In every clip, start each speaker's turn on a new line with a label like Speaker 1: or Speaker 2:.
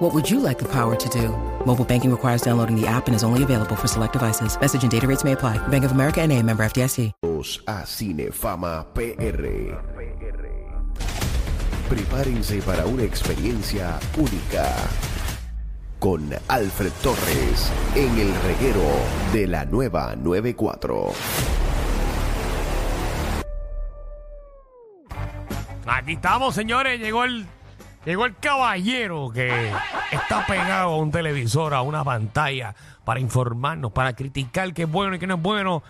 Speaker 1: What would you like the power to do? Mobile banking requires downloading the app and is only available for select devices. Message and data rates may apply. Bank of America and a member FDIC.
Speaker 2: a Cinefama PR. Prepárense para una experiencia única con Alfred Torres en el reguero de la nueva 94.
Speaker 3: Aquí estamos, señores. Llegó el, llegó el caballero que está pegado a un televisor, a una pantalla, para informarnos, para criticar qué es bueno y qué no es bueno.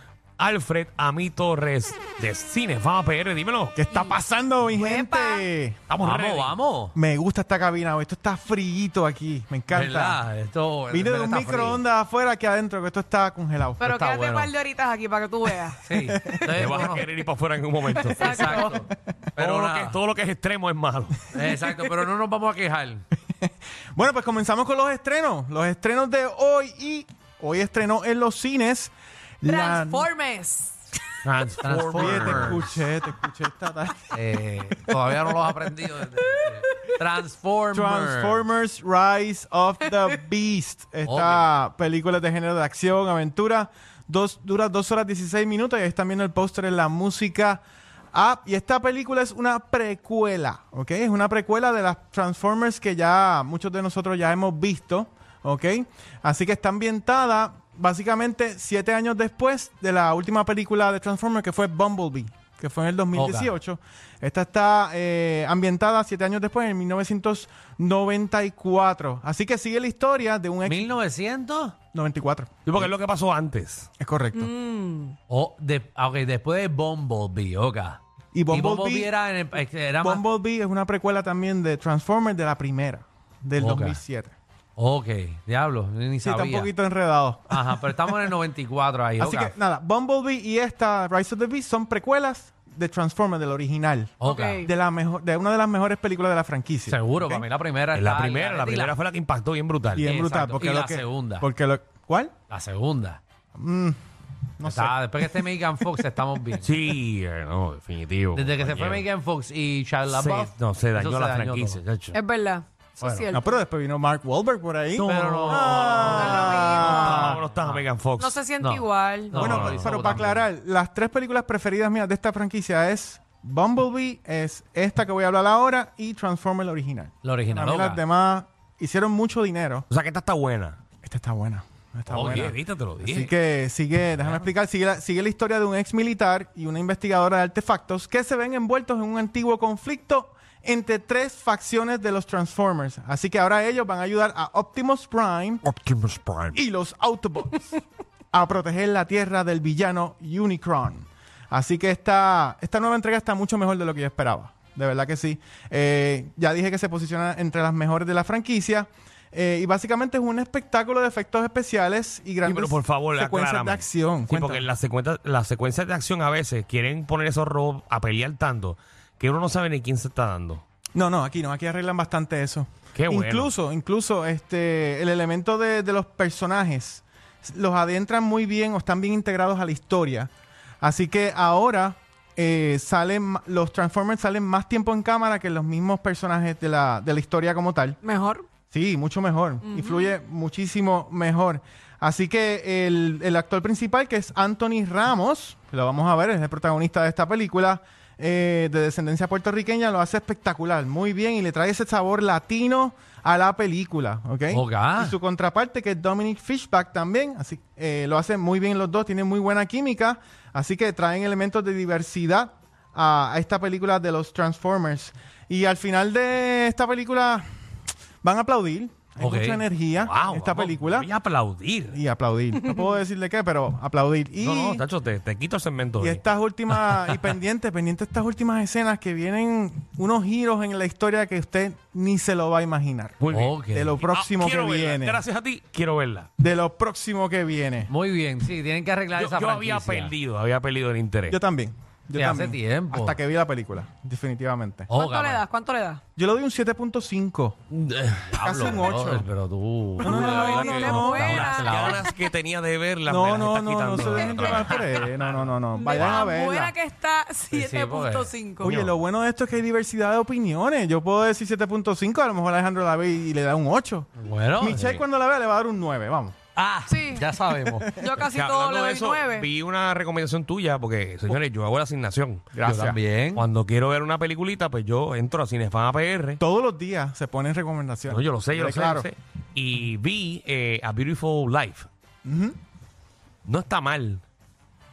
Speaker 3: Alfred Ami Torres de Cinefama PR, dímelo.
Speaker 4: ¿Qué está pasando, mi gente?
Speaker 3: Estamos ready.
Speaker 5: vamos.
Speaker 4: Me gusta esta cabina, esto está frillito aquí, me encanta.
Speaker 5: ¿Verdad? Esto
Speaker 4: Vine de un
Speaker 5: está frío.
Speaker 4: microondas afuera que adentro, que esto está congelado.
Speaker 6: Pero
Speaker 5: Está
Speaker 6: quédate
Speaker 5: bueno.
Speaker 6: par de horitas aquí para que tú veas.
Speaker 3: Te
Speaker 5: Sí. Entonces,
Speaker 3: vas a
Speaker 5: bueno,
Speaker 3: querer ir para afuera en un momento.
Speaker 5: Exacto. Pero
Speaker 3: todo, lo que,
Speaker 5: nada.
Speaker 3: todo lo que es extremo es malo.
Speaker 5: Exacto, pero no nos vamos a quejar.
Speaker 4: Bueno, pues comenzamos con los estrenos. Los estrenos de hoy y hoy estrenó en los cines. la-
Speaker 6: Transformes.
Speaker 4: Oye, te
Speaker 5: Transformers.
Speaker 4: escuché, te escuché esta tarde.
Speaker 5: Eh, todavía no los he aprendido. desde- desde- Transformers.
Speaker 4: Transformers Rise of the Beast. Esta película de género de acción, aventura. Dos, dura 2 horas 16 minutos y ahí están viendo el póster en la música app. Y esta película es una precuela, ¿ok? Es una precuela de las Transformers que ya muchos de nosotros ya hemos visto, ¿ok? Así que está ambientada básicamente siete años después de la última película de Transformers que fue Bumblebee, que fue en el 2018. 1998. Esta está eh, ambientada siete años después, en 1994. Así que sigue la historia de un ex...
Speaker 5: 1900
Speaker 4: 94.
Speaker 3: Sí, porque es lo que pasó antes.
Speaker 4: Es correcto.
Speaker 5: o de, ah, ok, después de Bumblebee, ok.
Speaker 4: Y Bumblebee-
Speaker 5: era, en el- era más-
Speaker 4: Bumblebee es una precuela también de Transformers de la primera, del
Speaker 5: Ok.
Speaker 4: 2007.
Speaker 5: Ok, diablo, ni
Speaker 4: Sí,
Speaker 5: sabía.
Speaker 4: está un poquito enredado.
Speaker 5: Ajá, pero estamos en el 94 ahí,
Speaker 4: Así
Speaker 5: ok.
Speaker 4: que nada, Bumblebee y esta Rise of the Beast son precuelas de Transformers, del original.
Speaker 5: Ok.
Speaker 6: Ok.
Speaker 4: De, la mejor, de una de las mejores películas de la franquicia.
Speaker 5: Seguro,
Speaker 4: ¿ok?
Speaker 5: para mí la primera
Speaker 3: la
Speaker 5: está-
Speaker 3: primera, la
Speaker 5: y
Speaker 3: primera fue la que impactó bien brutal.
Speaker 4: Y es
Speaker 5: Exacto.
Speaker 4: brutal. Porque
Speaker 5: Y
Speaker 4: lo
Speaker 5: la
Speaker 4: que-
Speaker 5: segunda.
Speaker 4: Porque lo, ¿Cuál?
Speaker 5: La segunda.
Speaker 4: Mm, No
Speaker 5: Está- Después que esté Megan Fox, estamos bien.
Speaker 3: Sí, eh, no, definitivo.
Speaker 5: Desde que se fue
Speaker 3: compañero.
Speaker 5: Megan Fox y Charles
Speaker 3: Se-
Speaker 5: LaBeouf.
Speaker 3: No, se dañó
Speaker 5: eso
Speaker 3: la
Speaker 5: dañó
Speaker 3: franquicia.
Speaker 5: todo.
Speaker 3: chacho.
Speaker 6: Es verdad. Eso es cierto.
Speaker 4: No, pero después vino Mark Wahlberg por ahí.
Speaker 5: Pero no.
Speaker 4: Ah.
Speaker 3: no, no estás a Megan Fox.
Speaker 6: No se siente
Speaker 5: No.
Speaker 6: igual.
Speaker 5: No.
Speaker 4: bueno,
Speaker 5: lo hizo
Speaker 4: pero para
Speaker 5: también.
Speaker 4: aclarar, las tres películas preferidas mías de esta franquicia es Bumblebee, es esta que voy a hablar ahora, y Transformer la original.
Speaker 5: La original.
Speaker 4: Para mí las
Speaker 5: loca.
Speaker 4: demás hicieron mucho dinero.
Speaker 3: O sea, que esta está buena.
Speaker 4: Esta está buena. Está
Speaker 3: Oye,
Speaker 4: buena.
Speaker 3: viste, te lo dije.
Speaker 4: Así que sigue, déjame explicar, sigue la, sigue la historia de un ex militar y una investigadora de artefactos que se ven envueltos en un antiguo conflicto entre tres facciones de los Transformers. Así que ahora ellos van a ayudar a Optimus Prime
Speaker 3: Optimus Prime.
Speaker 4: y los Autobots a proteger la Tierra del villano Unicron. Así que esta, esta nueva entrega está mucho mejor de lo que yo esperaba. De verdad que sí. Eh, ya dije que se posiciona entre las mejores de la franquicia. Eh, y básicamente es un espectáculo de efectos especiales y
Speaker 3: Sí,
Speaker 4: grandes
Speaker 3: pero por favor,
Speaker 4: secuencias
Speaker 3: aclárame.
Speaker 4: de acción.
Speaker 3: Sí,
Speaker 4: Cuéntame.
Speaker 3: porque las secuencias, las secuencias de acción a veces quieren poner esos robots a pelear tanto que uno no sabe ni quién se está dando.
Speaker 4: No, no, aquí no, aquí arreglan bastante eso.
Speaker 3: Qué bueno.
Speaker 4: Incluso, incluso este, el elemento de, de los personajes los adentran muy bien o están bien integrados a la historia. Así que ahora eh, salen, ma- los Transformers salen más tiempo en cámara que los mismos personajes de la, de la historia como tal.
Speaker 6: Mejor.
Speaker 4: Sí, mucho mejor. Influye muchísimo mejor. Así que el, el actor principal, que es Anthony Ramos, que lo vamos a ver, es el protagonista de esta película, eh, de descendencia puertorriqueña, lo hace espectacular, muy bien, y le trae ese sabor latino a la película, ¿ok?
Speaker 5: Ok.
Speaker 4: Y su contraparte, que es Dominic Fishback también, así eh, lo hacen muy bien los dos, tienen muy buena química, así que traen elementos de diversidad a, a esta película de los Transformers. Y al final de esta película van a aplaudir. Hay
Speaker 5: Ok.
Speaker 4: mucha energía
Speaker 3: Wow,
Speaker 4: en esta
Speaker 3: vamos,
Speaker 4: película.
Speaker 3: Voy a aplaudir.
Speaker 4: Y aplaudir. No puedo decirle qué, pero aplaudir. Y,
Speaker 3: No, no, Tacho, te, te quito el segmento.
Speaker 4: y
Speaker 3: hoy.
Speaker 4: estas últimas, y pendiente, pendiente estas últimas escenas que vienen unos giros en la historia que usted ni se lo va a imaginar.
Speaker 3: Muy bien.
Speaker 5: Ok.
Speaker 4: De lo próximo
Speaker 3: Ah, quiero
Speaker 4: que
Speaker 3: verla.
Speaker 4: viene.
Speaker 3: Gracias a ti, quiero verla.
Speaker 4: De lo próximo que viene.
Speaker 5: Muy bien, sí, tienen que arreglar
Speaker 3: Yo,
Speaker 5: esa
Speaker 3: yo había
Speaker 5: franquicia.
Speaker 3: perdido, había perdido el interés.
Speaker 4: Yo también. Yo
Speaker 5: Sí, hace
Speaker 4: también.
Speaker 5: tiempo.
Speaker 4: Hasta que vi la película, definitivamente.
Speaker 5: Oh,
Speaker 6: ¿Cuánto le
Speaker 5: cámara.
Speaker 6: das? ¿Cuánto le das?
Speaker 4: Yo le doy un 7.5.
Speaker 5: Casi
Speaker 4: un ocho.
Speaker 5: Eh, Pero tú.
Speaker 4: no, no,
Speaker 3: La verdad
Speaker 4: no,
Speaker 3: que
Speaker 4: no, no,
Speaker 6: buena.
Speaker 3: Las ganas que tenía de verla.
Speaker 4: No,
Speaker 3: me las
Speaker 4: no,
Speaker 3: estás
Speaker 4: no, no
Speaker 3: quitando. ah,
Speaker 4: se dejen llevar por él. No, no, no, no. Vayan a
Speaker 6: Tan buena
Speaker 4: verla.
Speaker 6: que está
Speaker 5: sí, porque-
Speaker 6: 7.5.
Speaker 4: Pues, Oye, lo bueno de esto es que hay diversidad de opiniones. Yo puedo decir 7.5, a lo mejor Alejandro la ve y le da un 8.
Speaker 5: Bueno.
Speaker 4: Michelle
Speaker 5: sí.
Speaker 4: cuando la vea le va a dar un 9, vamos.
Speaker 5: Ah,
Speaker 6: Sí.
Speaker 5: ya sabemos.
Speaker 6: Yo casi
Speaker 3: Que
Speaker 6: todo
Speaker 3: hablando
Speaker 6: le
Speaker 3: de
Speaker 6: doy
Speaker 3: eso,
Speaker 6: 9.
Speaker 3: Vi una recomendación tuya, porque, señores, yo hago la asignación.
Speaker 4: Gracias.
Speaker 5: Yo también.
Speaker 3: Cuando quiero ver una peliculita, pues yo entro a Cinefan APR.
Speaker 4: Todos los días se ponen recomendaciones.
Speaker 3: No, yo lo sé, yo lo sé, yo
Speaker 4: Claro.
Speaker 3: lo sé. Y vi eh, A Beautiful Life. No está mal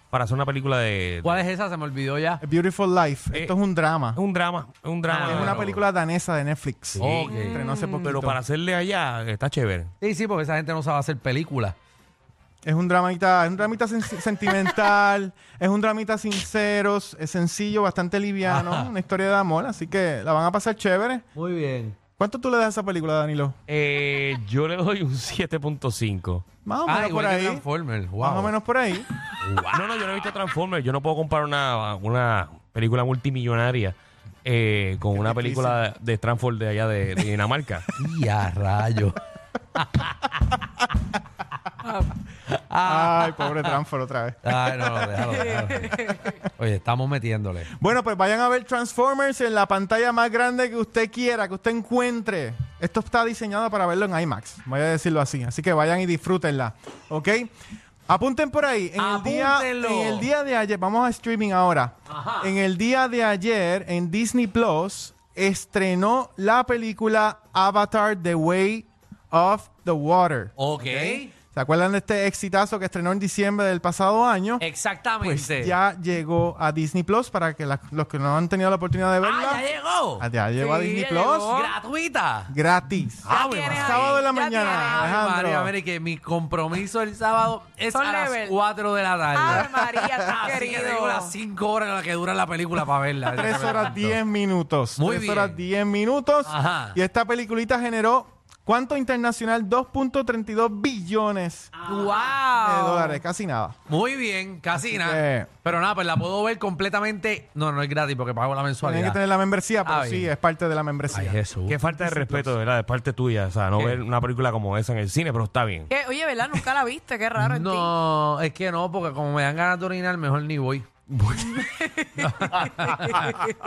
Speaker 3: para hacer una película de...
Speaker 5: ¿Cuál es esa? Se me olvidó ya.
Speaker 4: A Beautiful Life.
Speaker 3: Eh,
Speaker 4: Esto es un drama.
Speaker 3: Es un drama, es un drama.
Speaker 5: Ah,
Speaker 4: es
Speaker 3: pero-
Speaker 4: una película danesa de Netflix.
Speaker 5: Ok.
Speaker 4: Estrenó hace poquito.
Speaker 3: Pero para hacerle allá está chévere.
Speaker 5: Sí, sí, porque esa gente no sabe hacer películas.
Speaker 4: Es un dramita, es un dramita sen- sentimental, es un dramita sincero, es sencillo, bastante liviano,
Speaker 5: Ajá.
Speaker 4: una historia de amor, así que la van a pasar chévere.
Speaker 5: Muy bien.
Speaker 4: ¿Cuánto tú le das a esa película, Danilo?
Speaker 3: Eh, yo le doy un 7.5.
Speaker 4: Más o menos
Speaker 5: Ah,
Speaker 4: por
Speaker 5: igual que
Speaker 4: ahí.
Speaker 5: Transformers. Wow.
Speaker 4: Más o menos por ahí.
Speaker 3: No, no, yo no he visto Transformers. Yo no puedo comparar una, una película multimillonaria eh, con una
Speaker 4: difícil.
Speaker 3: película de Transformers de allá de, de Dinamarca.
Speaker 5: Y a rayo.
Speaker 4: Ay, pobre Transfer otra vez.
Speaker 5: Ay, no, no, déjalo, déjalo. Oye, estamos metiéndole.
Speaker 4: Bueno, pues vayan a ver Transformers en la pantalla más grande que usted quiera, que usted encuentre. Esto está diseñado para verlo en IMAX, voy a decirlo así. Así que vayan y disfrútenla, ¿ok? Apunten por ahí. En el, día,
Speaker 5: Apúntenlo.
Speaker 4: en el día de ayer, vamos a streaming ahora. En el día de ayer, en Disney Plus, estrenó la película Avatar The Way of the Water.
Speaker 5: Ok.
Speaker 4: ¿Se acuerdan de este exitazo que estrenó en diciembre del pasado año?
Speaker 5: Exactamente.
Speaker 4: ya llegó a Disney Plus para que la- los que no han tenido la oportunidad de verla.
Speaker 5: Ah, ya llegó.
Speaker 4: Ah, ya llegó a
Speaker 6: Sí,
Speaker 4: Disney
Speaker 6: ya
Speaker 4: Plus
Speaker 6: llegó.
Speaker 5: Gratuita.
Speaker 4: gratis.
Speaker 5: Ah,
Speaker 6: Ya
Speaker 5: bueno.
Speaker 6: tienes ahí,
Speaker 4: Sábado de la
Speaker 6: ya
Speaker 4: mañana,
Speaker 6: tienes.
Speaker 5: Ay, María,
Speaker 4: Alejandro.
Speaker 5: mira, y que mi compromiso el sábado es
Speaker 6: Son
Speaker 5: a las
Speaker 6: level.
Speaker 5: 4 de la
Speaker 6: Ave
Speaker 5: tarde.
Speaker 6: María, tan
Speaker 5: Así que
Speaker 6: querido.
Speaker 5: tengo las 5 horas en las que dura la película para verla.
Speaker 4: Tres horas 10 minutos.
Speaker 5: Muy
Speaker 4: Tres
Speaker 5: bien.
Speaker 4: horas 10 minutos.
Speaker 5: Ajá.
Speaker 4: Y esta peliculita generó, ¿cuánto internacional? 2.32 billones
Speaker 5: Ah.
Speaker 4: de
Speaker 6: ¡Wow!
Speaker 4: dólares. Casi nada.
Speaker 5: Muy bien, casi nada.
Speaker 4: que-
Speaker 5: Pero nada, pues la puedo ver completamente. No, no es gratis porque pago la mensualidad.
Speaker 4: Tienen que tener la membresía, pero
Speaker 5: Ay.
Speaker 4: sí, es parte de la
Speaker 5: Ay,
Speaker 4: membresía.
Speaker 5: Jesús.
Speaker 3: Qué falta de respeto, ¿verdad? De parte tuya. O sea, no
Speaker 5: ¿Qué?
Speaker 3: ver una película como esa en el cine, pero está bien.
Speaker 6: ¿Qué? Oye, ¿verdad? Nunca la viste, qué raro en ti.
Speaker 5: No, es que no, porque como me dan ganas de orinar, mejor ni voy.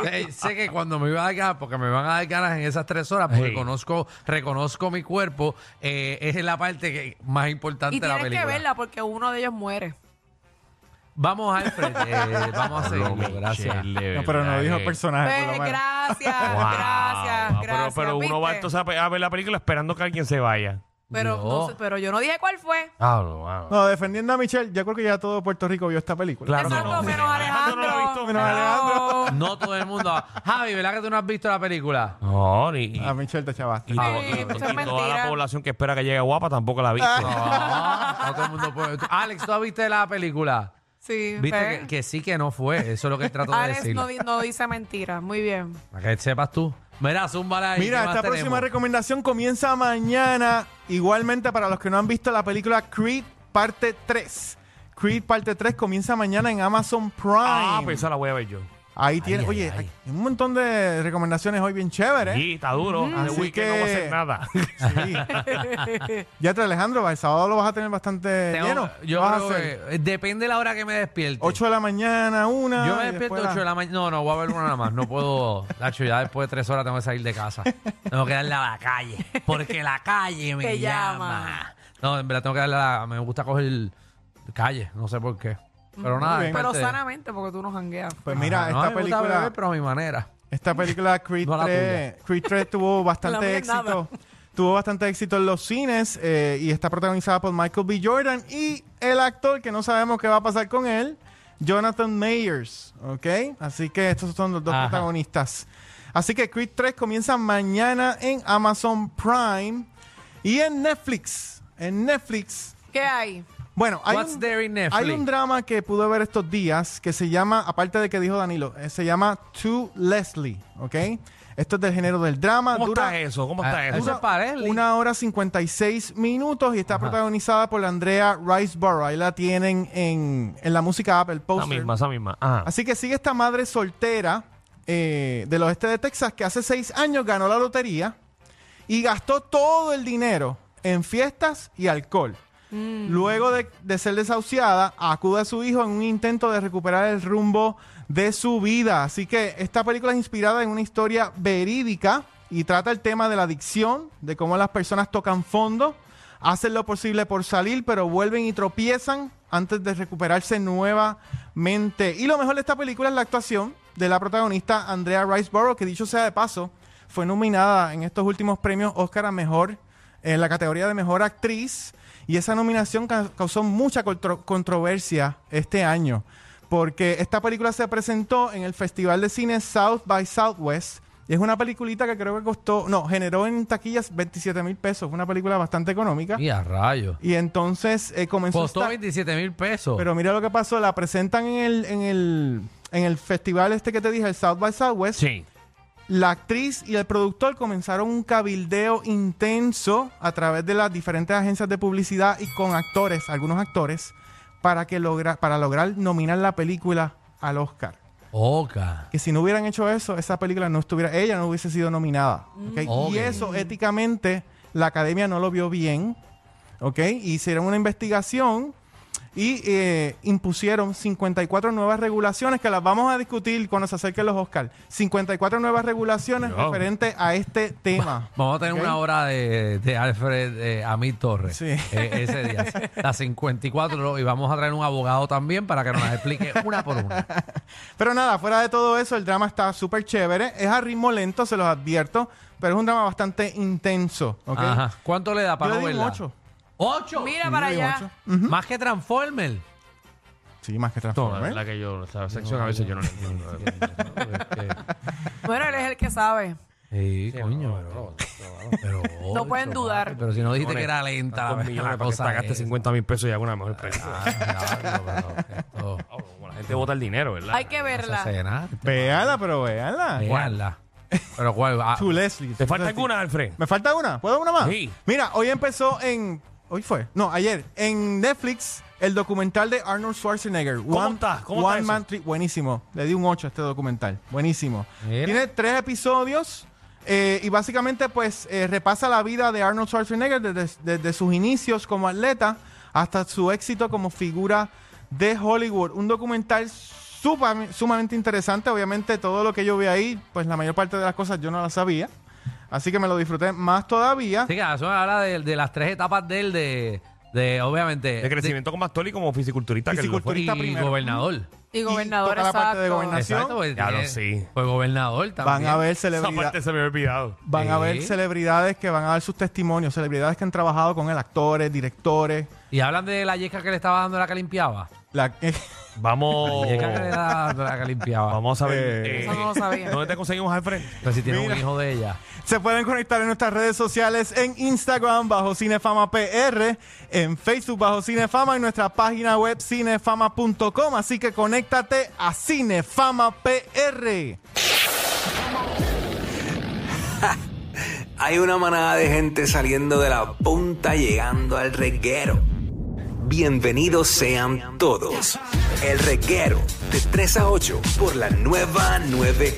Speaker 5: Eh, sé que cuando me iba a dar ganas, porque me van a dar ganas en esas tres horas, porque
Speaker 3: Sí.
Speaker 5: conozco, reconozco mi cuerpo, eh, es la parte que, más importante
Speaker 6: Y
Speaker 5: de la
Speaker 6: tienes
Speaker 5: película.
Speaker 6: que verla porque uno de ellos muere.
Speaker 5: Vamos, Alfred, eh, vamos a seguirlo, gracias.
Speaker 4: No, pero no dijo el personaje. Ah, por
Speaker 6: Pues,
Speaker 4: lo menos.
Speaker 6: gracias,
Speaker 3: Wow.
Speaker 6: gracias,
Speaker 3: Pero-
Speaker 6: gracias.
Speaker 3: Pero, uno va
Speaker 6: ¿viste?
Speaker 3: entonces a pe- a ver la película esperando que alguien se vaya.
Speaker 6: Pero, no
Speaker 5: No.
Speaker 6: sé, pero yo no dije cuál fue.
Speaker 3: Ah, no, ah, no.
Speaker 4: No, defendiendo a Michelle, yo creo que ya todo Puerto Rico vio esta película.
Speaker 3: Claro que
Speaker 6: Exacto,
Speaker 3: no.
Speaker 6: menos
Speaker 3: Alejandro
Speaker 6: Alejandro. Ah.
Speaker 3: no la ha visto, menos
Speaker 6: No.
Speaker 5: No todo el mundo. Javi, ¿verdad que tú no has visto la película?
Speaker 3: No, ni...
Speaker 4: A Michelle te chavaste.
Speaker 3: Y,
Speaker 5: Ah,
Speaker 3: to-
Speaker 5: sí,
Speaker 3: y- y
Speaker 6: eso es
Speaker 3: toda la
Speaker 6: mentira. Ah.
Speaker 3: población que espera que llegue guapa tampoco la viste.
Speaker 5: No, no todo el mundo puede. Alex, ¿tú viste la película?
Speaker 6: Sí,
Speaker 5: Viste
Speaker 6: ¿ves?
Speaker 5: que, que sí que no fue. Eso es lo que trato de
Speaker 6: Alex
Speaker 5: decir.
Speaker 6: no, di- no dice mentiras. Muy bien.
Speaker 5: Para que sepas tú. Mira, zúmbala ahí.
Speaker 4: Mira,
Speaker 5: ¿qué más
Speaker 4: esta próxima
Speaker 5: tenemos?
Speaker 4: recomendación comienza mañana. Igualmente, para los que no han visto la película Creed Parte 3. Creed Parte 3 comienza mañana en Amazon Prime.
Speaker 3: Ah, pues esa la voy a ver yo.
Speaker 4: Ahí tiene,
Speaker 5: ay,
Speaker 4: oye,
Speaker 5: ay.
Speaker 4: hay un montón de recomendaciones hoy bien chéveres.
Speaker 3: Y está duro. El
Speaker 4: ¿Eh? Así
Speaker 3: weekend no va a
Speaker 4: que-
Speaker 3: hacer nada.
Speaker 4: Sí. ya te Alejandro, el sábado lo vas a tener bastante
Speaker 5: Tengo-
Speaker 4: lleno.
Speaker 5: yo
Speaker 4: vas a
Speaker 5: creo
Speaker 4: hacer?
Speaker 5: que, eh, depende de la hora que me despierte.
Speaker 4: 8 de la mañana, una.
Speaker 5: yo me
Speaker 4: y
Speaker 5: despierto
Speaker 4: después
Speaker 5: 8 de la mañana. No, no, voy a ver una nada más. No puedo. Lacho, ya después de 3 horas tengo que salir de casa. Tengo que darle a la calle. Porque la calle me
Speaker 6: Te
Speaker 5: llama.
Speaker 6: llama.
Speaker 5: No, en verdad tengo que darle a la. Me gusta coger calle. No sé por qué. Pero
Speaker 4: Muy
Speaker 5: nada.
Speaker 4: bien.
Speaker 5: es
Speaker 6: Pero
Speaker 5: parte de-
Speaker 6: sanamente, porque tú no jangueas.
Speaker 4: Pues mira,
Speaker 5: Ajá,
Speaker 4: esta
Speaker 5: no, me gusta
Speaker 4: película.
Speaker 5: beber, pero a mi manera.
Speaker 4: Esta película Creed,
Speaker 5: No la
Speaker 4: 3, Creed 3 tuvo
Speaker 6: La mía
Speaker 4: bastante
Speaker 6: es nada.
Speaker 4: éxito. Tuvo bastante éxito en los cines eh, y está protagonizada por Michael B. Jordan y el actor que no sabemos qué va a pasar con él, Jonathan Mayers. ¿Ok? Así que estos son los dos
Speaker 5: Ajá.
Speaker 4: protagonistas. Así que Creed 3 comienza mañana en Amazon Prime. Y en Netflix, en Netflix,
Speaker 6: ¿Qué hay?
Speaker 4: bueno, hay
Speaker 5: What's
Speaker 4: un,
Speaker 5: there in Netflix?
Speaker 4: hay un drama que pude ver estos días que se llama, aparte de que dijo Danilo, eh, se llama To Leslie, ¿ok? Esto es del género del drama.
Speaker 3: ¿Cómo
Speaker 4: dura,
Speaker 3: está eso? ¿Cómo está
Speaker 5: Ah,
Speaker 3: eso?
Speaker 5: eso-
Speaker 4: dura
Speaker 5: es para Leslie.
Speaker 4: una hora 56 minutos y está protagonizada por la Andrea Riceborough. Ahí la tienen en, en la música Apple
Speaker 3: Esa
Speaker 4: Poster.
Speaker 3: misma, esa misma. Ah. Ajá.
Speaker 4: Así que sigue esta madre soltera eh, del oeste de Texas que hace seis años ganó la lotería y gastó todo el dinero en fiestas y alcohol. Luego de, de ser desahuciada, acude a su hijo en un intento de recuperar el rumbo de su vida. Así que esta película es inspirada en una historia verídica y trata el tema de la adicción, de cómo las personas tocan fondo, hacen lo posible por salir, pero vuelven y tropiezan antes de recuperarse nuevamente. Y lo mejor de esta película es la actuación de la protagonista Andrea Riceborough, que dicho sea de paso, fue nominada en estos últimos premios Oscar a Mejor, en la categoría de Mejor Actriz, y esa nominación ca- causó mucha contro- controversia este año, porque esta película se presentó en el Festival de Cine South by Southwest, y es una peliculita que creo que costó, no, generó en taquillas 27 mil pesos, fue una película bastante económica,
Speaker 5: Y a rayos.
Speaker 4: y entonces eh, comenzó...
Speaker 5: Costó
Speaker 4: esta-
Speaker 5: 27 mil pesos.
Speaker 4: pero mira lo que pasó, la presentan en el, en el, en el festival este que te dije, el South by Southwest,
Speaker 3: Sí.
Speaker 4: la actriz y el productor comenzaron un cabildeo intenso a través de las diferentes agencias de publicidad y con actores, algunos actores, para, que logra, para lograr nominar la película al Oscar.
Speaker 5: Oca.
Speaker 4: Que si no hubieran hecho eso, esa película no estuviera, ella no hubiese sido nominada. ¿ok?
Speaker 5: Mm. Ok.
Speaker 4: Y eso éticamente la academia no lo vio bien. ¿ok? Hicieron una investigación y eh, impusieron 54 nuevas regulaciones que las vamos a discutir cuando se acerquen los Oscars. 54 nuevas regulaciones
Speaker 3: Wow.
Speaker 4: referentes a este tema.
Speaker 5: Vamos a tener
Speaker 4: ¿ok?
Speaker 5: una hora de, de Alfred eh, Amid Torres
Speaker 4: Sí.
Speaker 5: eh, ese día, las 54, ¿no? y vamos a traer un abogado también para que nos las explique una por una.
Speaker 4: Pero nada, fuera de todo eso, el drama está súper chévere. Es a ritmo lento, se los advierto, pero es un drama bastante intenso. ¿ok?
Speaker 5: Ajá. ¿Cuánto le da para
Speaker 4: Yo
Speaker 5: no
Speaker 4: le di un
Speaker 5: verla?
Speaker 4: ocho.
Speaker 5: ¿Ocho?
Speaker 6: Mira para
Speaker 4: Yo digo
Speaker 6: allá.
Speaker 4: ocho.
Speaker 5: Más que Transformer.
Speaker 4: Sí, más que ¿eh?
Speaker 3: No, la
Speaker 4: Transformers.
Speaker 3: verdad que yo, esa sección a veces yo no la entiendo.
Speaker 5: Pues,
Speaker 6: Bueno, él es el que sabe.
Speaker 5: este, Sí, coño, pero, pero
Speaker 6: No pueden
Speaker 5: ocho,
Speaker 6: dudar.
Speaker 5: papi, Pero si no dijiste que era
Speaker 3: Estás eh.
Speaker 5: lenta
Speaker 3: con
Speaker 5: la, la
Speaker 3: millones para que
Speaker 5: cosa.
Speaker 3: pagaste
Speaker 4: eh.
Speaker 5: esa.
Speaker 3: 50 mil pesos y hago una mejor pregunta.
Speaker 5: Ah, diablo, pero esto-
Speaker 3: La gente vota el dinero, ¿verdad?
Speaker 6: Hay que
Speaker 5: no se hace
Speaker 6: verla.
Speaker 5: nada.
Speaker 4: Véala, pero véala.
Speaker 5: Veanla. Pero ah, cuál va.
Speaker 4: To Leslie.
Speaker 3: ¿Te falta
Speaker 4: Leslie.
Speaker 3: alguna, Alfred?
Speaker 4: ¿Me falta una? ¿Puedo una más?
Speaker 3: Sí.
Speaker 4: Mira, hoy empezó en. Hoy fue. No, ayer. En Netflix, el documental de Arnold Schwarzenegger.
Speaker 3: ¿Cómo está? ¿Cómo
Speaker 4: One
Speaker 3: está
Speaker 4: Man
Speaker 3: eso?
Speaker 4: Trip. Buenísimo. Le di un 8 a este documental. Buenísimo.
Speaker 5: Mira.
Speaker 4: Tiene tres episodios. eh, y básicamente, pues, eh, repasa la vida de Arnold Schwarzenegger desde, desde sus inicios como atleta hasta su éxito como figura de Hollywood. Un documental supa- sumamente interesante. Obviamente, todo lo que yo vi ahí, pues la mayor parte de las cosas yo no las sabía. Así que me lo disfruté más todavía.
Speaker 5: Sí, que eso me habla de, de las tres etapas de él, de, de obviamente.
Speaker 3: De crecimiento como actor y como fisiculturista. Que lo
Speaker 5: de-
Speaker 4: Fisiculturista.
Speaker 3: fue.
Speaker 5: y
Speaker 4: turista primero.
Speaker 5: gobernador.
Speaker 6: Y gobernador,
Speaker 4: toca la parte de
Speaker 6: exacto.
Speaker 4: gobernación.
Speaker 5: pues,
Speaker 3: Ya lo
Speaker 5: tiene-
Speaker 3: sí.
Speaker 5: Fue gobernador
Speaker 4: Van
Speaker 5: también.
Speaker 4: a ver
Speaker 3: Esa
Speaker 4: celebridades.
Speaker 3: parte se me había olvidado.
Speaker 4: Van a ver
Speaker 5: Sí.
Speaker 4: celebridades que van a dar sus testimonios, celebridades que han trabajado con él, actores, directores.
Speaker 5: Y hablan de la yesca que le estaba dando la que limpiaba.
Speaker 4: La,
Speaker 3: Vamos.
Speaker 5: La yesca que le estaba dando la que limpiaba.
Speaker 3: Vamos a ver.
Speaker 4: Eh,
Speaker 3: eh,
Speaker 6: Eso no lo sabía.
Speaker 3: ¿Dónde te conseguimos, Alfred?
Speaker 5: Pero si tiene un
Speaker 4: Mira.
Speaker 5: hijo de ella.
Speaker 4: Se pueden conectar en nuestras redes sociales, en Instagram bajo Cinefama PR, en Facebook bajo Cinefama, en nuestra página web cinefama.com. Así que conéctate a Cinefama PR.
Speaker 7: Hay una manada de gente saliendo de la punta llegando al reguero. Bienvenidos sean todos. El reguero de 3 a 8 por la nueva 9.